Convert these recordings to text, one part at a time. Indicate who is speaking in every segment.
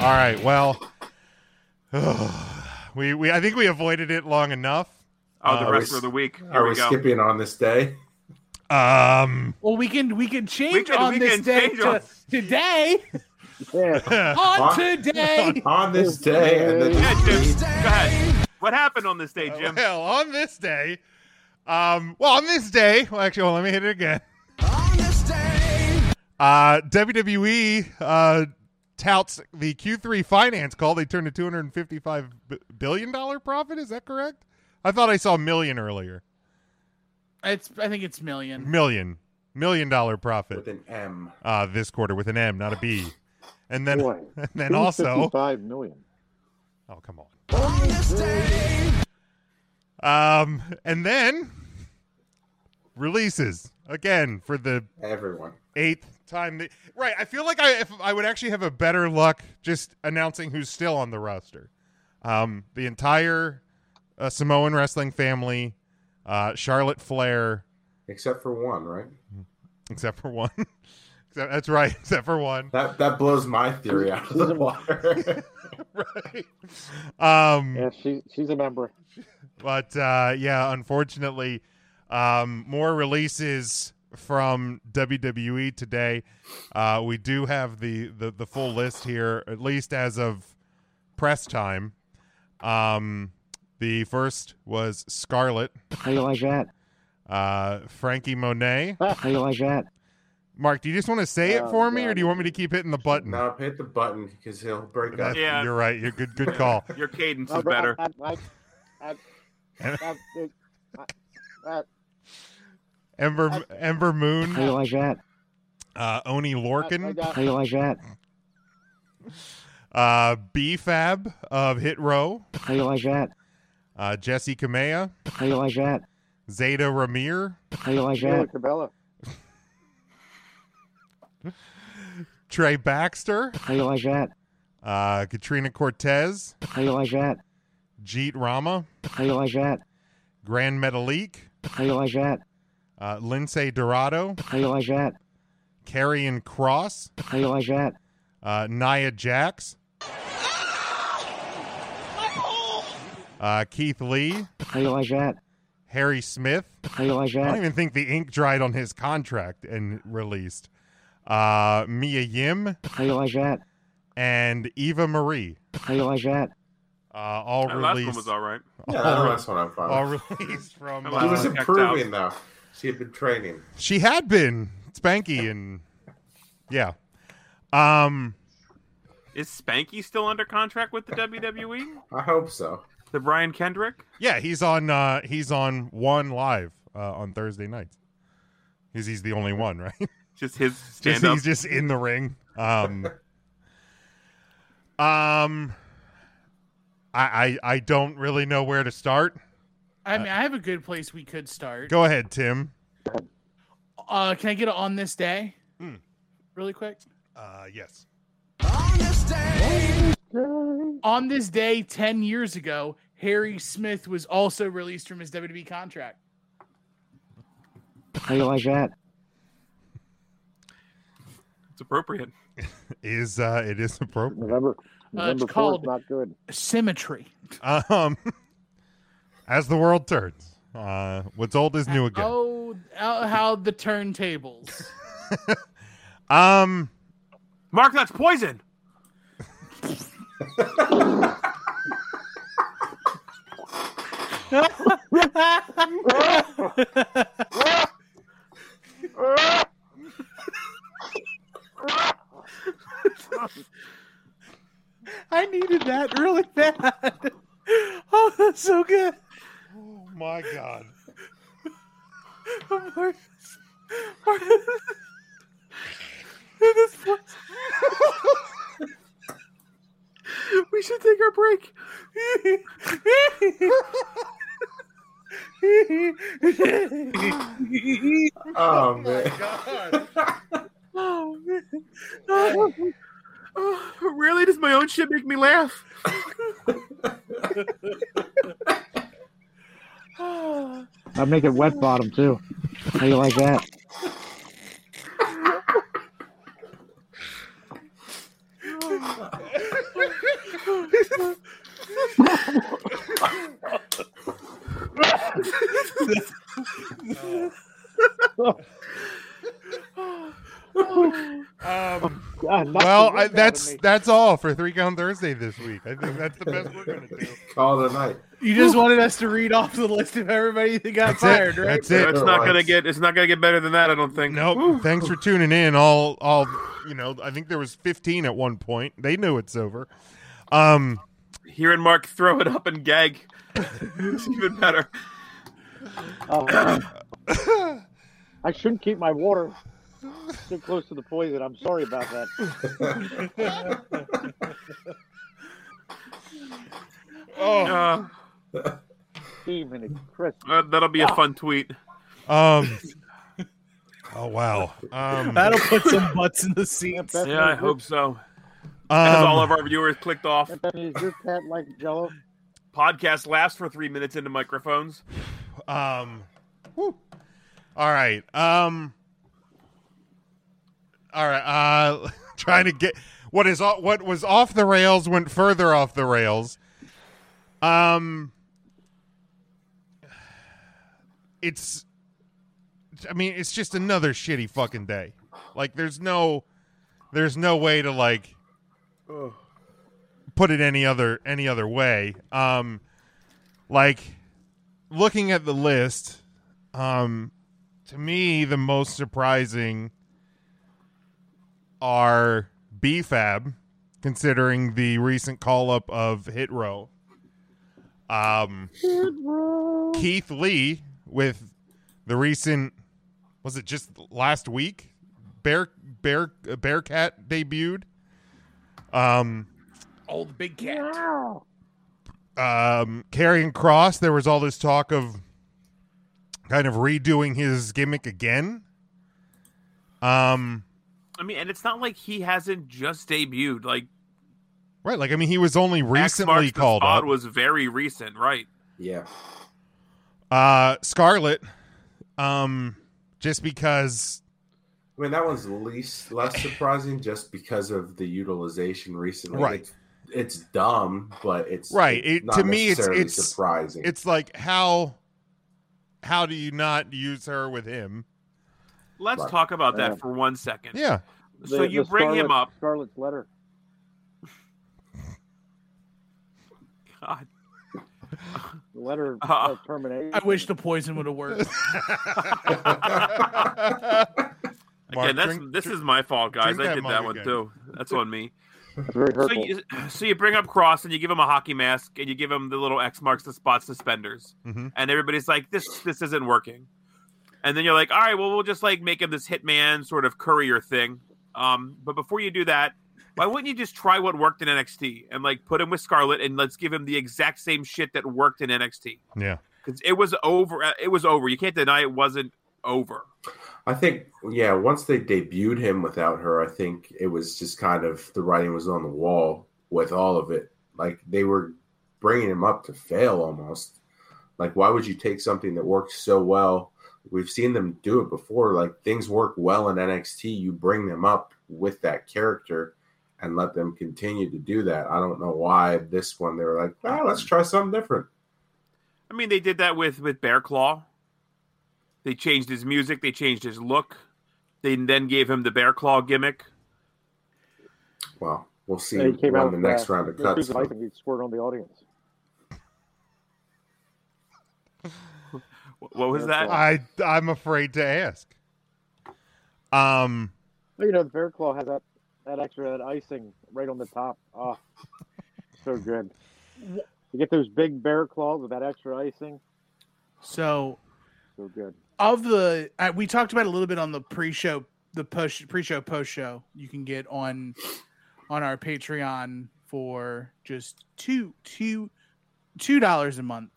Speaker 1: right. Well, we we I think we avoided it long enough.
Speaker 2: Oh, the
Speaker 1: Uh,
Speaker 2: rest
Speaker 3: we-
Speaker 2: of the week. Here
Speaker 3: Are
Speaker 2: we,
Speaker 3: we
Speaker 2: go.
Speaker 3: skipping on this day?
Speaker 1: Um.
Speaker 4: Well, we can we can change
Speaker 2: can-
Speaker 4: on
Speaker 2: we
Speaker 4: this
Speaker 2: can
Speaker 4: day
Speaker 2: change
Speaker 4: to
Speaker 2: on-
Speaker 4: today
Speaker 5: Yeah.
Speaker 4: on
Speaker 3: On-
Speaker 4: today.
Speaker 3: On this day, and then
Speaker 2: Yeah, Jim, go ahead. What happened on this day, Jim?
Speaker 1: Well, on this day, um, well, on this day, well, actually, well, let me hit it again. On this day, uh, WWE uh, touts the Q3 finance call. They turned a 255 b- billion dollar profit. Is that correct? I thought I saw million earlier.
Speaker 4: It's I think it's million.
Speaker 1: Million, million dollar
Speaker 3: with
Speaker 1: profit
Speaker 3: an M.
Speaker 1: uh, this quarter with an M, not a B. And then,
Speaker 5: Boy.
Speaker 1: and then also,
Speaker 5: five million.
Speaker 1: Oh, come on. Um, and then releases again for the
Speaker 3: Everyone.
Speaker 1: eighth time. That, right. I feel like I if I would actually have a better luck just announcing who's still on the roster. Um, the entire uh, Samoan wrestling family, uh, Charlotte Flair,
Speaker 3: Except for one, right?
Speaker 1: except for one. Except- That's right, except for one.
Speaker 3: That that blows my theory out of the water.
Speaker 1: Right. Um,
Speaker 5: Yeah, she she's a member.
Speaker 1: But uh, yeah, unfortunately, um, more releases from WWE today. Uh, we do have the, the the full list here, at least as of press time. Um, the first was Scarlett,
Speaker 5: How you like that?
Speaker 1: uh, Frankie Monet.
Speaker 5: How you like that?
Speaker 1: Mark, do you just want to say it
Speaker 5: Oh,
Speaker 1: for me, or
Speaker 5: God.
Speaker 1: do you want me to keep hitting the button?
Speaker 3: now hit the button because he'll break up.
Speaker 1: That-
Speaker 2: Yeah.
Speaker 1: You're right. You're good. Good call.
Speaker 2: Your cadence
Speaker 5: I-
Speaker 2: is better.
Speaker 5: I, I, I, I, I, I, I,
Speaker 1: Ember Ember
Speaker 5: how you
Speaker 1: Moon,
Speaker 5: like that?
Speaker 1: uh, Oni
Speaker 5: I, I
Speaker 1: Lorcan,
Speaker 5: got, how you like that?
Speaker 1: uh, B Fab of Hit Row.
Speaker 5: How you like that?
Speaker 1: uh, Jesse Kamea,
Speaker 5: How you like that?
Speaker 1: Zeta Ramir,
Speaker 5: How you like
Speaker 6: Sheila
Speaker 5: that?
Speaker 6: Cabela.
Speaker 1: Trey Baxter,
Speaker 5: How you like that?
Speaker 1: uh, Katrina Cortez,
Speaker 5: How you like that?
Speaker 1: Jeet Rama,
Speaker 5: How you like that?
Speaker 1: Grand Metalik,
Speaker 5: How you like that?
Speaker 1: uh, Lindsay Dorado,
Speaker 5: How you like that?
Speaker 1: Carrion Cross,
Speaker 5: How you like that?
Speaker 1: uh, Nia Jax, uh, Keith Lee,
Speaker 5: How you like that?
Speaker 1: Harry Smith.
Speaker 5: How you like
Speaker 1: I don't
Speaker 5: that?
Speaker 1: even think the ink dried on his contract and released. Uh, Mia Yim
Speaker 5: How you like that?
Speaker 1: and Eva Marie,
Speaker 5: How you like that?
Speaker 1: uh, all
Speaker 2: That last one
Speaker 1: released,
Speaker 2: was all right.
Speaker 3: Yeah, that last one I'm fine.
Speaker 1: all released from.
Speaker 2: That
Speaker 3: She
Speaker 2: last
Speaker 1: uh,
Speaker 3: was
Speaker 2: checked
Speaker 3: improving though. She had been training.
Speaker 1: She had been Spanky and yeah. Um
Speaker 2: Is Spanky still under contract with the WWE?
Speaker 3: I hope so.
Speaker 2: The Brian Kendrick?
Speaker 1: yeah, he's on uh he's on one live uh on Thursday nights. Cuz he's the only one, right?
Speaker 2: Just his
Speaker 1: Just,
Speaker 2: stand up.
Speaker 1: he's just in the ring. Um Um I, I I don't really know where to start.
Speaker 4: I mean, I have a good place we could start.
Speaker 1: Go ahead, Tim.
Speaker 4: Uh, can I get it on this day?
Speaker 1: Hmm.
Speaker 4: Really quick.
Speaker 1: Uh yes.
Speaker 4: On this day, ten years ago, Harry Smith was also released from his WWE contract.
Speaker 5: How you like
Speaker 2: Uh,
Speaker 5: that?
Speaker 2: It's appropriate.
Speaker 1: Is uh it is appropriate.
Speaker 5: November November fourth,
Speaker 4: called-
Speaker 5: not good.
Speaker 4: Symmetry.
Speaker 1: Um as the world turns. Uh what's old is new again.
Speaker 4: Oh, oh, how the turntables.
Speaker 1: Um
Speaker 2: Mark, that's poison.
Speaker 4: I needed that really bad. Oh, that's so good.
Speaker 1: Oh my god.
Speaker 2: We should take our break.
Speaker 3: Oh man.
Speaker 2: Oh, man. really? Does my own shit make me laugh?
Speaker 5: I'm making wet bottom too. How you like that?
Speaker 4: Um,
Speaker 5: Oh, God, nothing
Speaker 1: well,
Speaker 5: good
Speaker 1: I,
Speaker 5: out of
Speaker 1: that's
Speaker 5: me.
Speaker 1: that's all for Three Count Thursday this week. I think that's the best we're gonna do.
Speaker 3: Call it a night.
Speaker 4: you just wanted us to read off the list of everybody that got
Speaker 1: That's
Speaker 4: fired,
Speaker 1: it.
Speaker 4: right?
Speaker 1: That's it.
Speaker 2: it's not gonna get. It's not gonna get better than that. I don't think.
Speaker 1: Nope. Thanks for tuning in. All, all, you know. I think there was 15 at one point. They knew it's over. Um,
Speaker 2: Hearing Mark throw it up and gag is even better.
Speaker 5: Oh, man. I shouldn't keep my water so close to the poison. I'm sorry about that.
Speaker 4: Oh,
Speaker 2: Uh,
Speaker 5: Even and Chris.
Speaker 2: uh, that'll be a fun tweet.
Speaker 1: um. Oh wow. Um.
Speaker 4: that'll put some butts in the seats.
Speaker 5: Bethany,
Speaker 2: Yeah, I
Speaker 5: is
Speaker 2: hope so. As all of
Speaker 1: um,
Speaker 2: our viewers clicked off,
Speaker 5: your- Bethany, is your cat like Jello?
Speaker 2: podcast lasts for three minutes into microphones.
Speaker 1: um. whew. All right. Um. All right. Uh. Trying to get what is o- what was off the rails went further off the rails. Um. It's. I mean, it's just another shitty fucking day. Like, there's no, there's no way to like put it any other any other way. Um, like looking at the list, um, to me the most surprising are BFAB, considering the recent call up of Hit Row. Um, Keith Lee with the recent was it just last week? Bear Bear Bearcat debuted. Um,
Speaker 4: Old big cat.
Speaker 1: um carrying cross there was all this talk of kind of redoing his gimmick again um
Speaker 2: I mean, and it's not like he hasn't just debuted. Like
Speaker 1: right like i mean he was only
Speaker 2: Axe
Speaker 1: recently
Speaker 2: Marks the
Speaker 1: called
Speaker 2: Spot
Speaker 1: up
Speaker 2: was very recent, right?
Speaker 3: yeah.
Speaker 1: uh scarlet um just because
Speaker 3: I mean, that one's least less surprising just because of the utilization recently.
Speaker 1: Right.
Speaker 3: It's, it's dumb, but it's
Speaker 1: Right,
Speaker 3: it's
Speaker 1: it-
Speaker 3: not
Speaker 1: to me, it's-
Speaker 3: necessarily
Speaker 1: it's-
Speaker 3: surprising.
Speaker 1: it's like how how do you not use her with him
Speaker 2: Let's
Speaker 3: Right.
Speaker 2: talk about that
Speaker 5: Yeah.
Speaker 2: for one second.
Speaker 1: yeah
Speaker 2: So you bring him up.
Speaker 5: Scarlet's letter.
Speaker 2: God.
Speaker 5: The letter
Speaker 2: Uh,
Speaker 5: of termination.
Speaker 4: I wish the poison would have worked.
Speaker 1: Mark,
Speaker 2: Again, that's
Speaker 1: drink-
Speaker 2: this
Speaker 1: drink-
Speaker 2: is my fault, guys.
Speaker 1: drink
Speaker 2: I
Speaker 1: that
Speaker 2: did
Speaker 1: mug
Speaker 2: that one
Speaker 1: again.
Speaker 2: too. That's on me.
Speaker 5: That's very
Speaker 2: So
Speaker 5: hurtful.
Speaker 2: you, so you bring up Cross and you give him a hockey mask and you give him the little X marks the spot suspenders,
Speaker 1: Mhm.
Speaker 2: and everybody's like, "This this isn't working," and then you're like, "All right, well, we'll just like make him this hitman sort of courier thing." Um, but before you do that, why wouldn't you just try what worked in NXT and like put him with Scarlett and let's give him the exact same shit that worked in NXT
Speaker 1: yeah
Speaker 2: because it was over. uh, It was over. You can't deny it wasn't over.
Speaker 3: I think, yeah, once they debuted him without her, I think it was just kind of the writing was on the wall with all of it. Like they were bringing him up to fail almost. Like, why would you take something that works so well? We've seen them do it before. Like things work well in NXT. You bring them up with that character and let them continue to do that. I don't know why this one they were like, ah, let's try something different.
Speaker 2: I mean, they did that with with Bear Claw. They changed his music. They changed his look. They then gave him the Bear Claw gimmick.
Speaker 3: Well, we'll see
Speaker 5: And he came out
Speaker 3: when the
Speaker 5: with,
Speaker 3: next
Speaker 5: uh,
Speaker 3: round of
Speaker 5: the
Speaker 3: cuts.
Speaker 5: speaking of life, he squirted on the audience.
Speaker 2: Wh- What was that?
Speaker 5: Bear Claw.
Speaker 1: i i'm afraid to ask um
Speaker 5: Well, you know, the bear claw has that, that extra that icing right on the top. Oh, so good. You get those big bear claws with that extra icing.
Speaker 4: So
Speaker 5: So good.
Speaker 4: of the uh, we talked about it a little bit on the pre-show the post pre-show post show you can get on on our patreon for just two two two dollars a month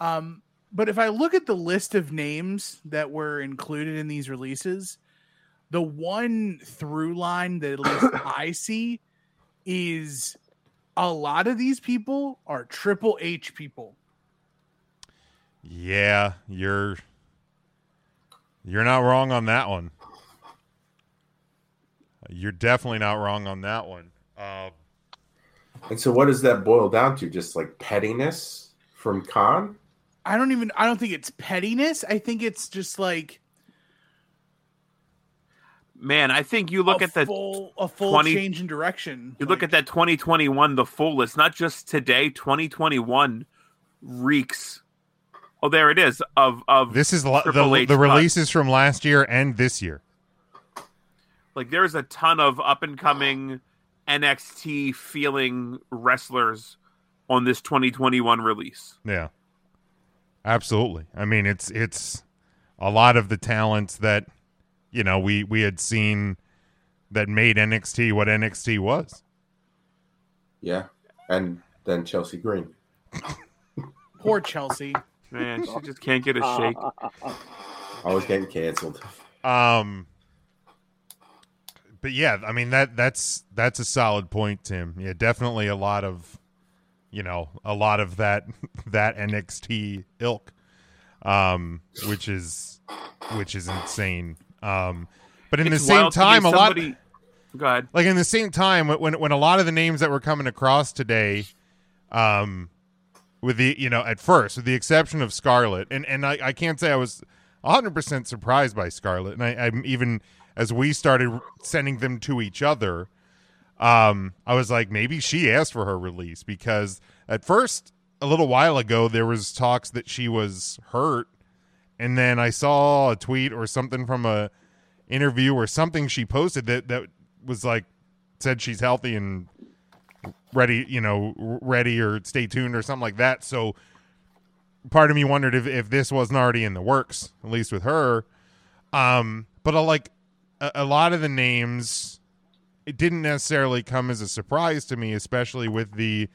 Speaker 4: um but if i look at the list of names that were included in these releases the one through line that at least i see is a lot of these people are triple h people
Speaker 1: Yeah, you're you're not wrong on that one. You're definitely not wrong on that one. Um,
Speaker 3: And so, what does that boil down to? Just like pettiness from Khan?
Speaker 4: I don't even I don't think it's pettiness. I think it's just like
Speaker 2: Man, I think you look
Speaker 4: a
Speaker 2: at the
Speaker 4: full a full
Speaker 2: 20
Speaker 4: change in direction.
Speaker 2: You look at that 2021, the full list, not just today. 2021 reeks. Oh, there it is. Of of
Speaker 1: This is li-
Speaker 2: Triple
Speaker 1: the
Speaker 2: H
Speaker 1: the
Speaker 2: cut.
Speaker 1: releases from last year and this year.
Speaker 2: like there's a ton of up and coming NXT feeling wrestlers on this 2021 release.
Speaker 1: Yeah. Absolutely. I mean, it's it's a lot of the talents that you know we we had seen that made NXT what NXT was.
Speaker 3: Yeah, and then Chelsea Green.
Speaker 4: poor Chelsea.
Speaker 2: Man, she just can't get a
Speaker 5: Uh, Ah,
Speaker 2: shake.
Speaker 3: Always getting canceled.
Speaker 1: Um but yeah, I mean that that's that's a solid point, Tim. Yeah, definitely a lot of you know, a lot of that that NXT ilk. Um which is which is insane. Um but in
Speaker 2: It's
Speaker 1: the same
Speaker 2: wild to hear
Speaker 1: time a lot
Speaker 2: somebody- Go ahead.
Speaker 1: like in the same time when- when when a lot of the names that were coming across today um with the you know at first with the exception of scarlet and and i, I can't say i was 100% surprised by scarlet and I, i'm even as we started sending them to each other um i was like maybe she asked for her release because at first a little while ago there was talks that she was hurt and then i saw a tweet or something from a interview or something she posted that that was like said she's healthy and ready, you know, r- ready or stay tuned or something like that. So part of me wondered if, if this wasn't already in the works, at least with her. Um, but I like a, a lot of the names, it didn't necessarily come as a surprise to me, especially with the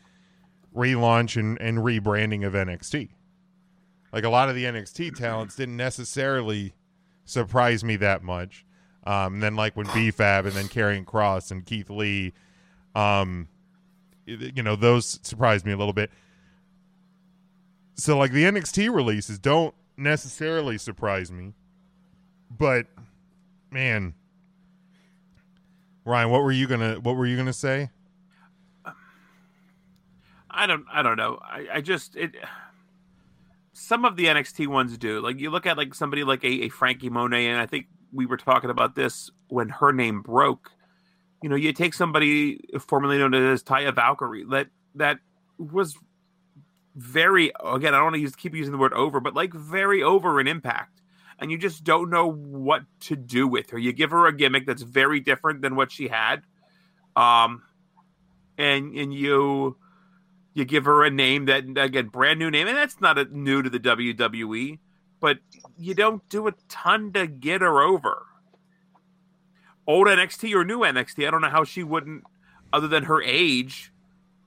Speaker 1: relaunch and, and rebranding of NXT. Like a lot of the NXT talents didn't necessarily surprise me that much. Um, and then like when BFAB and then Karrion Cross and Keith Lee, um, y- you know, those surprised me a little bit. So like the NXT releases don't necessarily surprise me, but man, Ryan, what were you gonna what were you gonna say?
Speaker 2: I don't I don't know. I, I just it some of the NXT ones do. Like you look at like somebody like a, a Frankie Monet, and I think we were talking about this when her name broke. You know, you take somebody formerly known as Taya Valkyrie that that was very again, I don't want to use, keep using the word over, but like very over in impact. And you just don't know what to do with her. You give her a gimmick that's very different than what she had. Um and and you you give her a name that again brand new name and that's not a, new to the WWE but you don't do a ton to get her over old NXT or new NXT I don't know how she wouldn't other than her age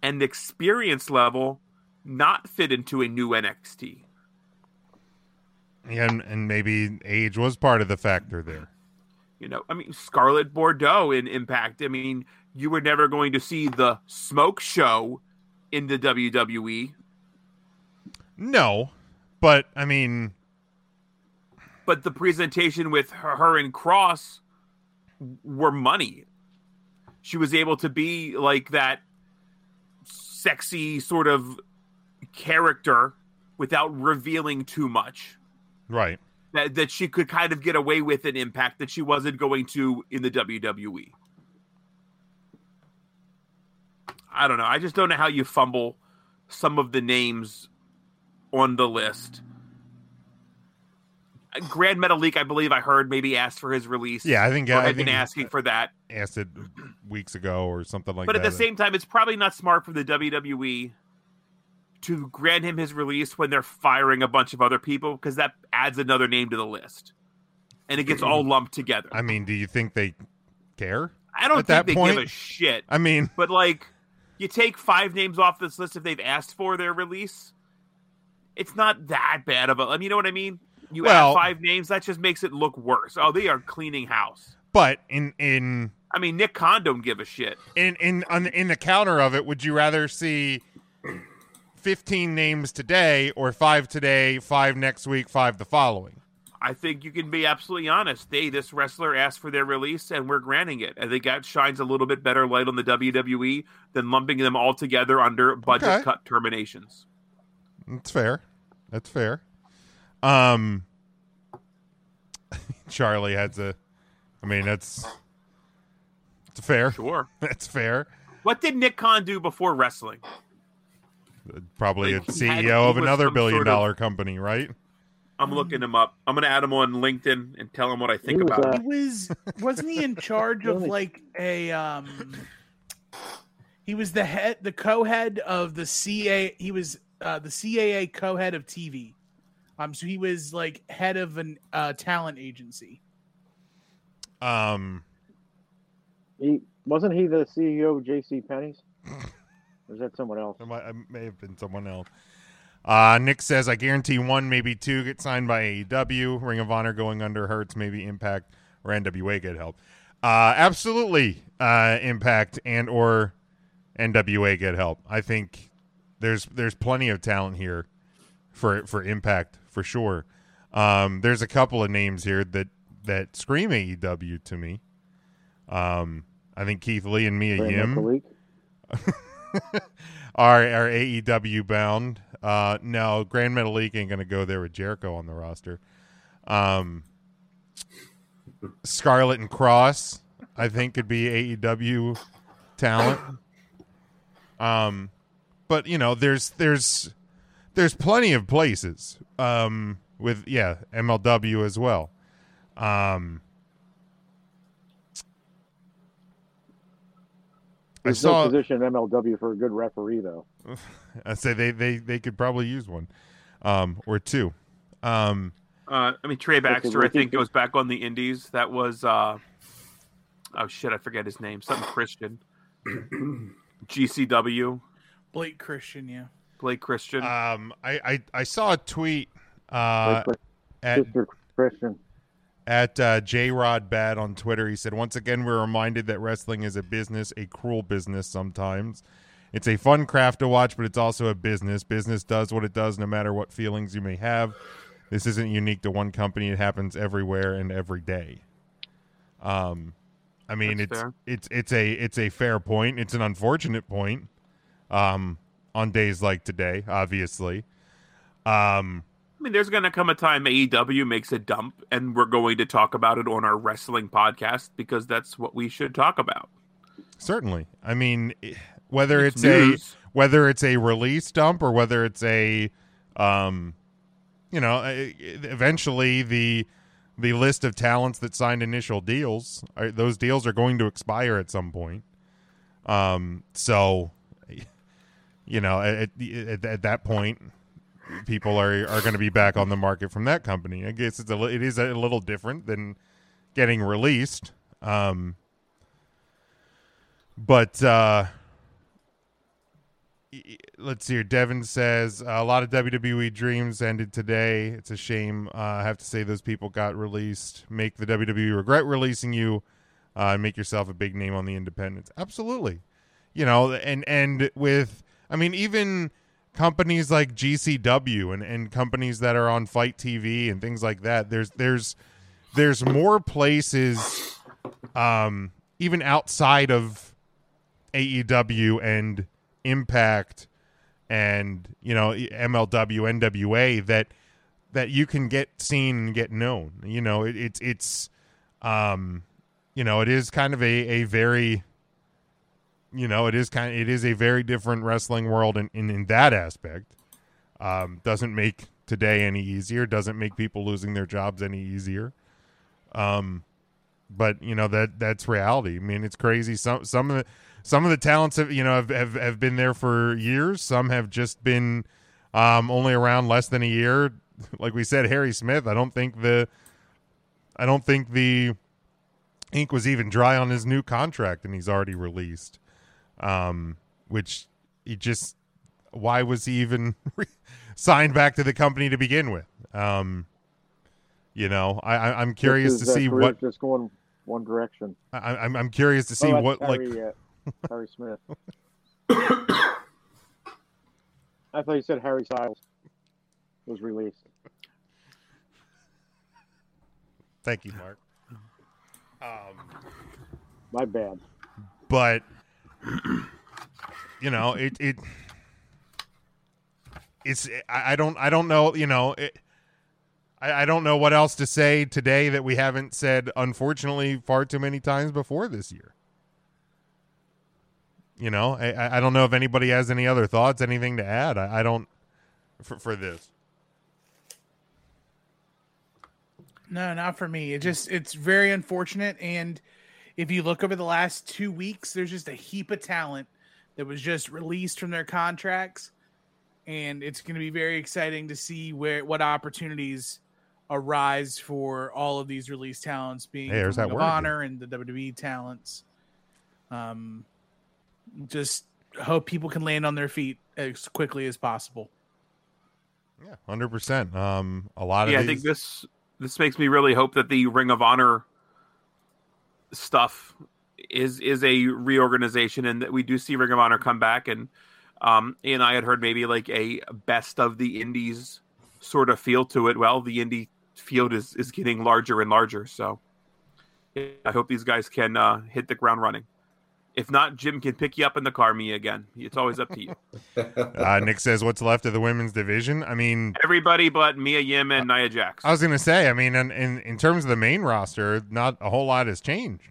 Speaker 2: and experience level not fit into a new NXT
Speaker 1: And and maybe age was part of the factor there.
Speaker 2: you know I mean Scarlet Bordeaux in Impact I mean you were never going to see the smoke show in the E. WWE
Speaker 1: No, but I mean,
Speaker 2: but the presentation with her, her and Cross were money. She was able to be like that sexy sort of character without revealing too much.
Speaker 1: right.
Speaker 2: That that she could kind of get away with an impact that she wasn't going to in the E. WWE. I don't know. I just don't know how you fumble some of the names on the list. Grand Metalik, I believe I heard, maybe asked for his release.
Speaker 1: Yeah, I think
Speaker 2: or
Speaker 1: I
Speaker 2: had
Speaker 1: think
Speaker 2: been asking for that.
Speaker 1: asked it weeks ago or something like
Speaker 2: But
Speaker 1: that.
Speaker 2: at the same time, it's probably not smart for the WWE to grant him his release when they're firing a bunch of other people because that adds another name to the list, and it gets all lumped together.
Speaker 1: I mean, do you think they care?
Speaker 2: I don't
Speaker 1: at
Speaker 2: think
Speaker 1: that
Speaker 2: they
Speaker 1: point-
Speaker 2: give a shit.
Speaker 1: I mean,
Speaker 2: But like, you take five names off this list if they've asked for their release. It's not that bad of a. I mean, you know what I mean. You
Speaker 1: Well-
Speaker 2: add five names, that just makes it look worse. Oh, they are cleaning house.
Speaker 1: but in in
Speaker 2: I mean, Nick Khan don't give a shit.
Speaker 1: in in on the, in the counter of it, would you rather see fifteen names today or five today, five next week, five the following?
Speaker 2: I think you can be absolutely honest. They, this wrestler asked for their release, and we're granting it. I think that shines a little bit better light on the E WWE than lumping them all together under budget
Speaker 1: Okay.
Speaker 2: cut terminations.
Speaker 1: It's fair. That's fair. Um, Charlie had to. I mean, that's. It's fair.
Speaker 2: Sure.
Speaker 1: That's fair.
Speaker 2: What did Nick Khan do before wrestling?
Speaker 1: Probably a
Speaker 2: Like, he
Speaker 1: CEO
Speaker 2: had- he
Speaker 1: of
Speaker 2: was
Speaker 1: another
Speaker 2: some
Speaker 1: billion
Speaker 2: sort
Speaker 1: dollar
Speaker 2: of-
Speaker 1: company, right?
Speaker 2: I'm looking him up. I'm gonna add him on LinkedIn and tell him what I think
Speaker 5: He was,
Speaker 2: about. him.
Speaker 5: uh,
Speaker 4: He was wasn't he in charge of
Speaker 5: Really?
Speaker 4: like a um he was the head the co-head of the CA he was uh the CAA co-head of TV. Um so he was like head of an uh talent agency.
Speaker 1: Um,
Speaker 5: He wasn't he the CEO of J.C. Penney's? Or is that someone else?
Speaker 1: it, might, it may have been someone else. Uh, Nick says, I guarantee one, maybe two get signed by AEW. Ring of Honor going under Hurts, maybe Impact or NWA get help. Uh, absolutely, uh, Impact and or NWA get help. I think there's there's plenty of talent here for for Impact for sure. Um, there's a couple of names here that that scream AEW to me. Um, I think Keith Lee and Mia
Speaker 5: Brandon
Speaker 1: Yim
Speaker 5: Khalik?
Speaker 1: are are AEW E bound. Uh, no, Grand Metalik ain't gonna go there with Jericho on the roster. Um, Scarlet and Cross, I think, could be AEW talent. Um, but you know, there's there's there's plenty of places. Um, with yeah, MLW as well. Um,
Speaker 5: There's
Speaker 1: I saw
Speaker 5: no position in MLW for a good referee, though.
Speaker 1: I say they, they they could probably use one, um, or two. Um,
Speaker 2: Uh, I mean, Trey Baxter, I think, goes back on the Indies. That was, uh, oh shit, I forget his name. Something Christian. GCW,
Speaker 4: Blake Christian, yeah.
Speaker 2: Blake Christian.
Speaker 1: um, I, I I saw a tweet uh,
Speaker 5: Like,
Speaker 1: at
Speaker 5: Sister Christian.
Speaker 1: at uh, J Rod Bad on Twitter. He said, "Once again, we're reminded that wrestling is a business, a cruel business sometimes. It's a fun craft to watch, but it's also a business. Business does what it does, no matter what feelings you may have. This isn't unique to one company. It happens everywhere and every day." Um, I mean,
Speaker 2: That's
Speaker 1: it's
Speaker 2: fair.
Speaker 1: it's it's a it's a fair point. It's an unfortunate point. Um, on days like today, obviously. Um,
Speaker 2: I mean, there's going to come a time AEW makes a dump, and we're going to talk about it on our wrestling podcast because that's what we should talk about.
Speaker 1: certainly. I mean, whether it's, a
Speaker 2: news.
Speaker 1: whether it's a release dump or whether it's a um you know e- e- eventually the the list of talents that signed initial deals are, those deals are going to expire at some point um so you know at, at, at that point people are are going to be back on the market from that company i guess it's a li- it is a little different than getting released um but uh e, let's see here. Devin says uh, a lot of WWE dreams ended today. It's a shame. Uh, I have to say those people got released. Make the WWE regret releasing you. Uh, and make yourself a big name on the independents. Absolutely. You know, and and with I mean even companies like GCW and and companies that are on Fight TV and things like that. There's there's there's more places um even outside of AEW E and Impact and you know MLW, NWA that that you can get seen and get known. You know, it, it's it's um, you know it is kind of a a very you know it is kind it is a very different wrestling world in in, in that aspect. Um, doesn't make today any easier. Doesn't make people losing their jobs any easier. Um, but you know that that's reality. I mean, it's crazy. Some some of the some of the talents have you know have have, have been there for years. Some have just been um, only around less than a year. Like we said, Harry Smith. I don't think the I don't think the ink was even dry on his new contract, and he's already released. Um, which he just why was he even signed back to the company to begin with? Um, you know, I, I I'm curious
Speaker 5: This
Speaker 1: to
Speaker 5: is, uh,
Speaker 1: see
Speaker 5: career's
Speaker 1: what
Speaker 5: just going one direction.
Speaker 1: I, I'm I'm curious to see
Speaker 5: Oh,
Speaker 1: what
Speaker 5: that's
Speaker 1: like
Speaker 5: Harry, uh, Harry Smith. I thought you said Harry Styles was released.
Speaker 1: Thank you, Mark. Um,
Speaker 5: My bad.
Speaker 1: but you know, it it it's I, I don't I don't know you know it, I, I don't know what else to say today that we haven't said unfortunately far too many times before this year. You know I- I I don't know if anybody has any other thoughts anything to add I, I don't for for this.
Speaker 4: No, not for me. It just it's very unfortunate. And if you look over the last two weeks, there's just a heap of talent that was just released from their contracts, and it's going to be very exciting to see where what opportunities arise for all of these released talents, being
Speaker 1: Hey, there's
Speaker 4: from
Speaker 1: that
Speaker 4: Ring of
Speaker 1: word again.
Speaker 4: Honor and the WWE talents. Um, just hope people can land on their feet as quickly as possible.
Speaker 1: Yeah, hundred percent. Um, a lot of
Speaker 2: yeah, I
Speaker 1: these,
Speaker 2: think this this makes me really hope that the Ring of Honor stuff is is a reorganization and that we do see Ring of Honor come back and um and I had heard maybe like a best of the indies sort of feel to it. Well, the indie field is is getting larger and larger, so I hope these guys can uh, hit the ground running. If not, Jim can pick you up in the car, me again. It's always up to you.
Speaker 1: uh, Nick says what's left of the women's division. I mean,
Speaker 2: Everybody but Mia Yim and Nia Jax.
Speaker 1: I was gonna say, I mean, in, in in terms of the main roster, not a whole lot has changed.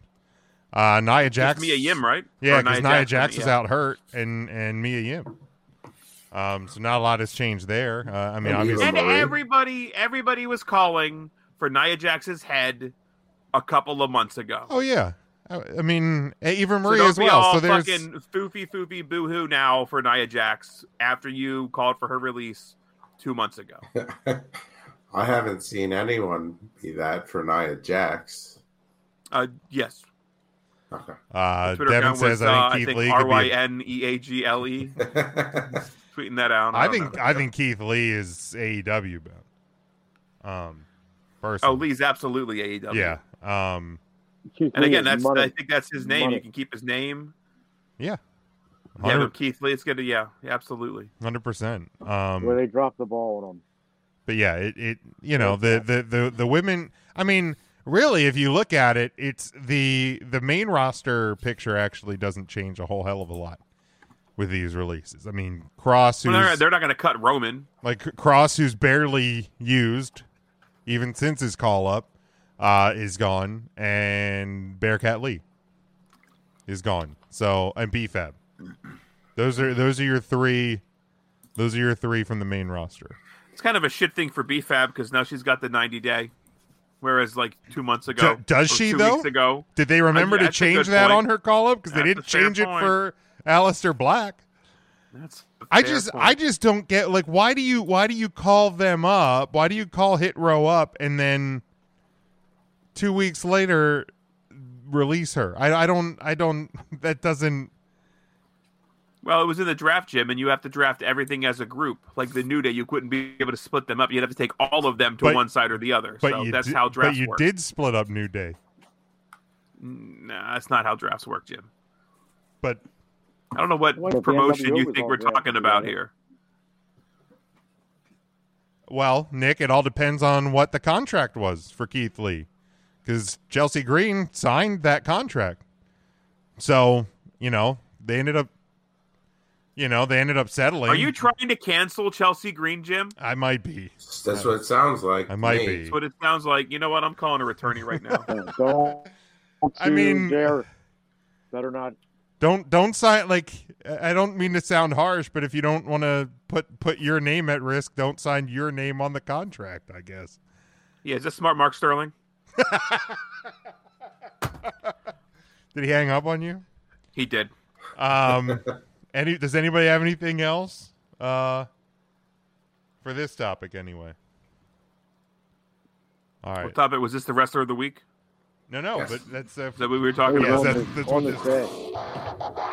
Speaker 1: Uh, Nia
Speaker 2: Just
Speaker 1: Jax,
Speaker 2: Mia Yim, right?
Speaker 1: yeah,
Speaker 2: Or
Speaker 1: because Nia, Jax
Speaker 2: I mean,
Speaker 1: is
Speaker 2: yeah.
Speaker 1: out hurt, and and Mia Yim. Um, so not a lot has changed there. Uh, I mean,
Speaker 3: And Eva
Speaker 1: obviously,
Speaker 2: And
Speaker 3: Marie.
Speaker 2: everybody, everybody was calling for Nia Jax's head a couple of months ago.
Speaker 1: oh yeah, I, I mean, Eva Marie
Speaker 2: don't
Speaker 1: as
Speaker 2: be
Speaker 1: well.
Speaker 2: all
Speaker 1: So there's
Speaker 2: fucking foofy, foofy, boohoo now for Nia Jax after you called for her release two months ago.
Speaker 3: I haven't seen anyone be that for Nia Jax.
Speaker 2: Uh, yes,
Speaker 3: Okay.
Speaker 1: uh,
Speaker 2: Twitter
Speaker 1: Devin
Speaker 2: account
Speaker 1: says
Speaker 2: was,
Speaker 1: I
Speaker 2: uh,
Speaker 1: think Keith Lee
Speaker 2: R
Speaker 1: could
Speaker 2: Y
Speaker 1: be.
Speaker 2: N E A G L E. Tweeting that out.
Speaker 1: I
Speaker 2: don't
Speaker 1: think
Speaker 2: know.
Speaker 1: I think Keith Lee is AEW bound. Um,
Speaker 2: Oh,
Speaker 1: personally,
Speaker 2: Lee's absolutely AEW.
Speaker 1: yeah, um,
Speaker 5: Keith
Speaker 2: And
Speaker 5: Lee
Speaker 2: again,
Speaker 5: is
Speaker 2: that's
Speaker 5: money.
Speaker 2: I think that's his name.
Speaker 5: Money.
Speaker 2: You can keep his name. Yeah,
Speaker 1: 100
Speaker 2: but Keith Lee. It's good to yeah, absolutely.
Speaker 1: percent. Um,
Speaker 5: where they dropped the ball on him.
Speaker 1: but yeah, it, it you know the, the the the women. I mean, really, if you look at it, it's the the main roster picture actually doesn't change a whole hell of a lot with these releases. I mean, Cross, who's
Speaker 2: Well, they're, they're not going to cut Roman.
Speaker 1: like Cross, who's barely used even since his call up, uh, is gone, and Bearcat Lee is gone. So and BFAB. Those are those are your three. Those are your three from the main roster.
Speaker 2: It's kind of a shit thing for BFAB because now she's got the 90 day, whereas like two months ago,
Speaker 1: Do- does
Speaker 2: or
Speaker 1: she,
Speaker 2: two
Speaker 1: though?
Speaker 2: Weeks ago,
Speaker 1: Did they remember to
Speaker 2: that's a
Speaker 1: change
Speaker 2: good
Speaker 1: that
Speaker 2: point.
Speaker 1: on her call up? Because they didn't
Speaker 2: That's a fair
Speaker 1: change it
Speaker 2: point.
Speaker 1: for Alistair Black.
Speaker 2: that's a
Speaker 1: I
Speaker 2: fair
Speaker 1: just
Speaker 2: point.
Speaker 1: I just don't get like why do you why do you call them up? Why do you call Hit Row up and then two weeks later release her? I I don't I don't that doesn't
Speaker 2: well, it was in the draft gym, and you have to draft everything as a group. Like the New Day, you couldn't be able to split them up. You'd have to take all of them to
Speaker 1: But-
Speaker 2: one side or the other.
Speaker 1: but
Speaker 2: so
Speaker 1: you
Speaker 2: that's
Speaker 1: did,
Speaker 2: how
Speaker 1: but
Speaker 2: drafts
Speaker 1: you
Speaker 2: work.
Speaker 1: did split up New Day.
Speaker 2: Nah, that's not how drafts work, Jim.
Speaker 1: But
Speaker 2: I don't know what
Speaker 5: Well, the
Speaker 2: promotion
Speaker 5: NWO
Speaker 2: you
Speaker 5: was
Speaker 2: think
Speaker 5: all
Speaker 2: we're
Speaker 5: drafted,
Speaker 2: talking about
Speaker 5: right?
Speaker 2: here.
Speaker 1: well, Nick, it all depends on what the contract was for Keith Lee. Because Chelsea Green signed that contract. So, you know, they ended up you know, they ended up settling.
Speaker 2: Are you trying to cancel Chelsea Green, Jim?
Speaker 1: I might be.
Speaker 3: That's what it sounds like.
Speaker 1: I
Speaker 3: to
Speaker 1: might
Speaker 3: me.
Speaker 1: be.
Speaker 2: That's what it sounds like. You know what? I'm calling her attorney right now.
Speaker 5: Yeah, Don't, don't
Speaker 1: I
Speaker 5: you
Speaker 1: mean-
Speaker 5: dare. Better not.
Speaker 1: don't don't sign like i I don't mean to sound harsh but if you don't want to put put your name at risk don't sign your name on the contract i guess
Speaker 2: yeah, is this smart, Mark Sterling?
Speaker 1: did he hang up on you
Speaker 2: He did.
Speaker 1: um any does anybody have anything else uh for this topic anyway all right
Speaker 2: What topic was this? The wrestler of the week?
Speaker 1: no no
Speaker 3: Yes.
Speaker 1: but that's uh,
Speaker 2: Is that what we were talking
Speaker 5: It was
Speaker 1: Yes,
Speaker 2: about?
Speaker 5: on
Speaker 1: that's-
Speaker 5: this-
Speaker 1: that's what
Speaker 5: on
Speaker 1: this-
Speaker 5: this day.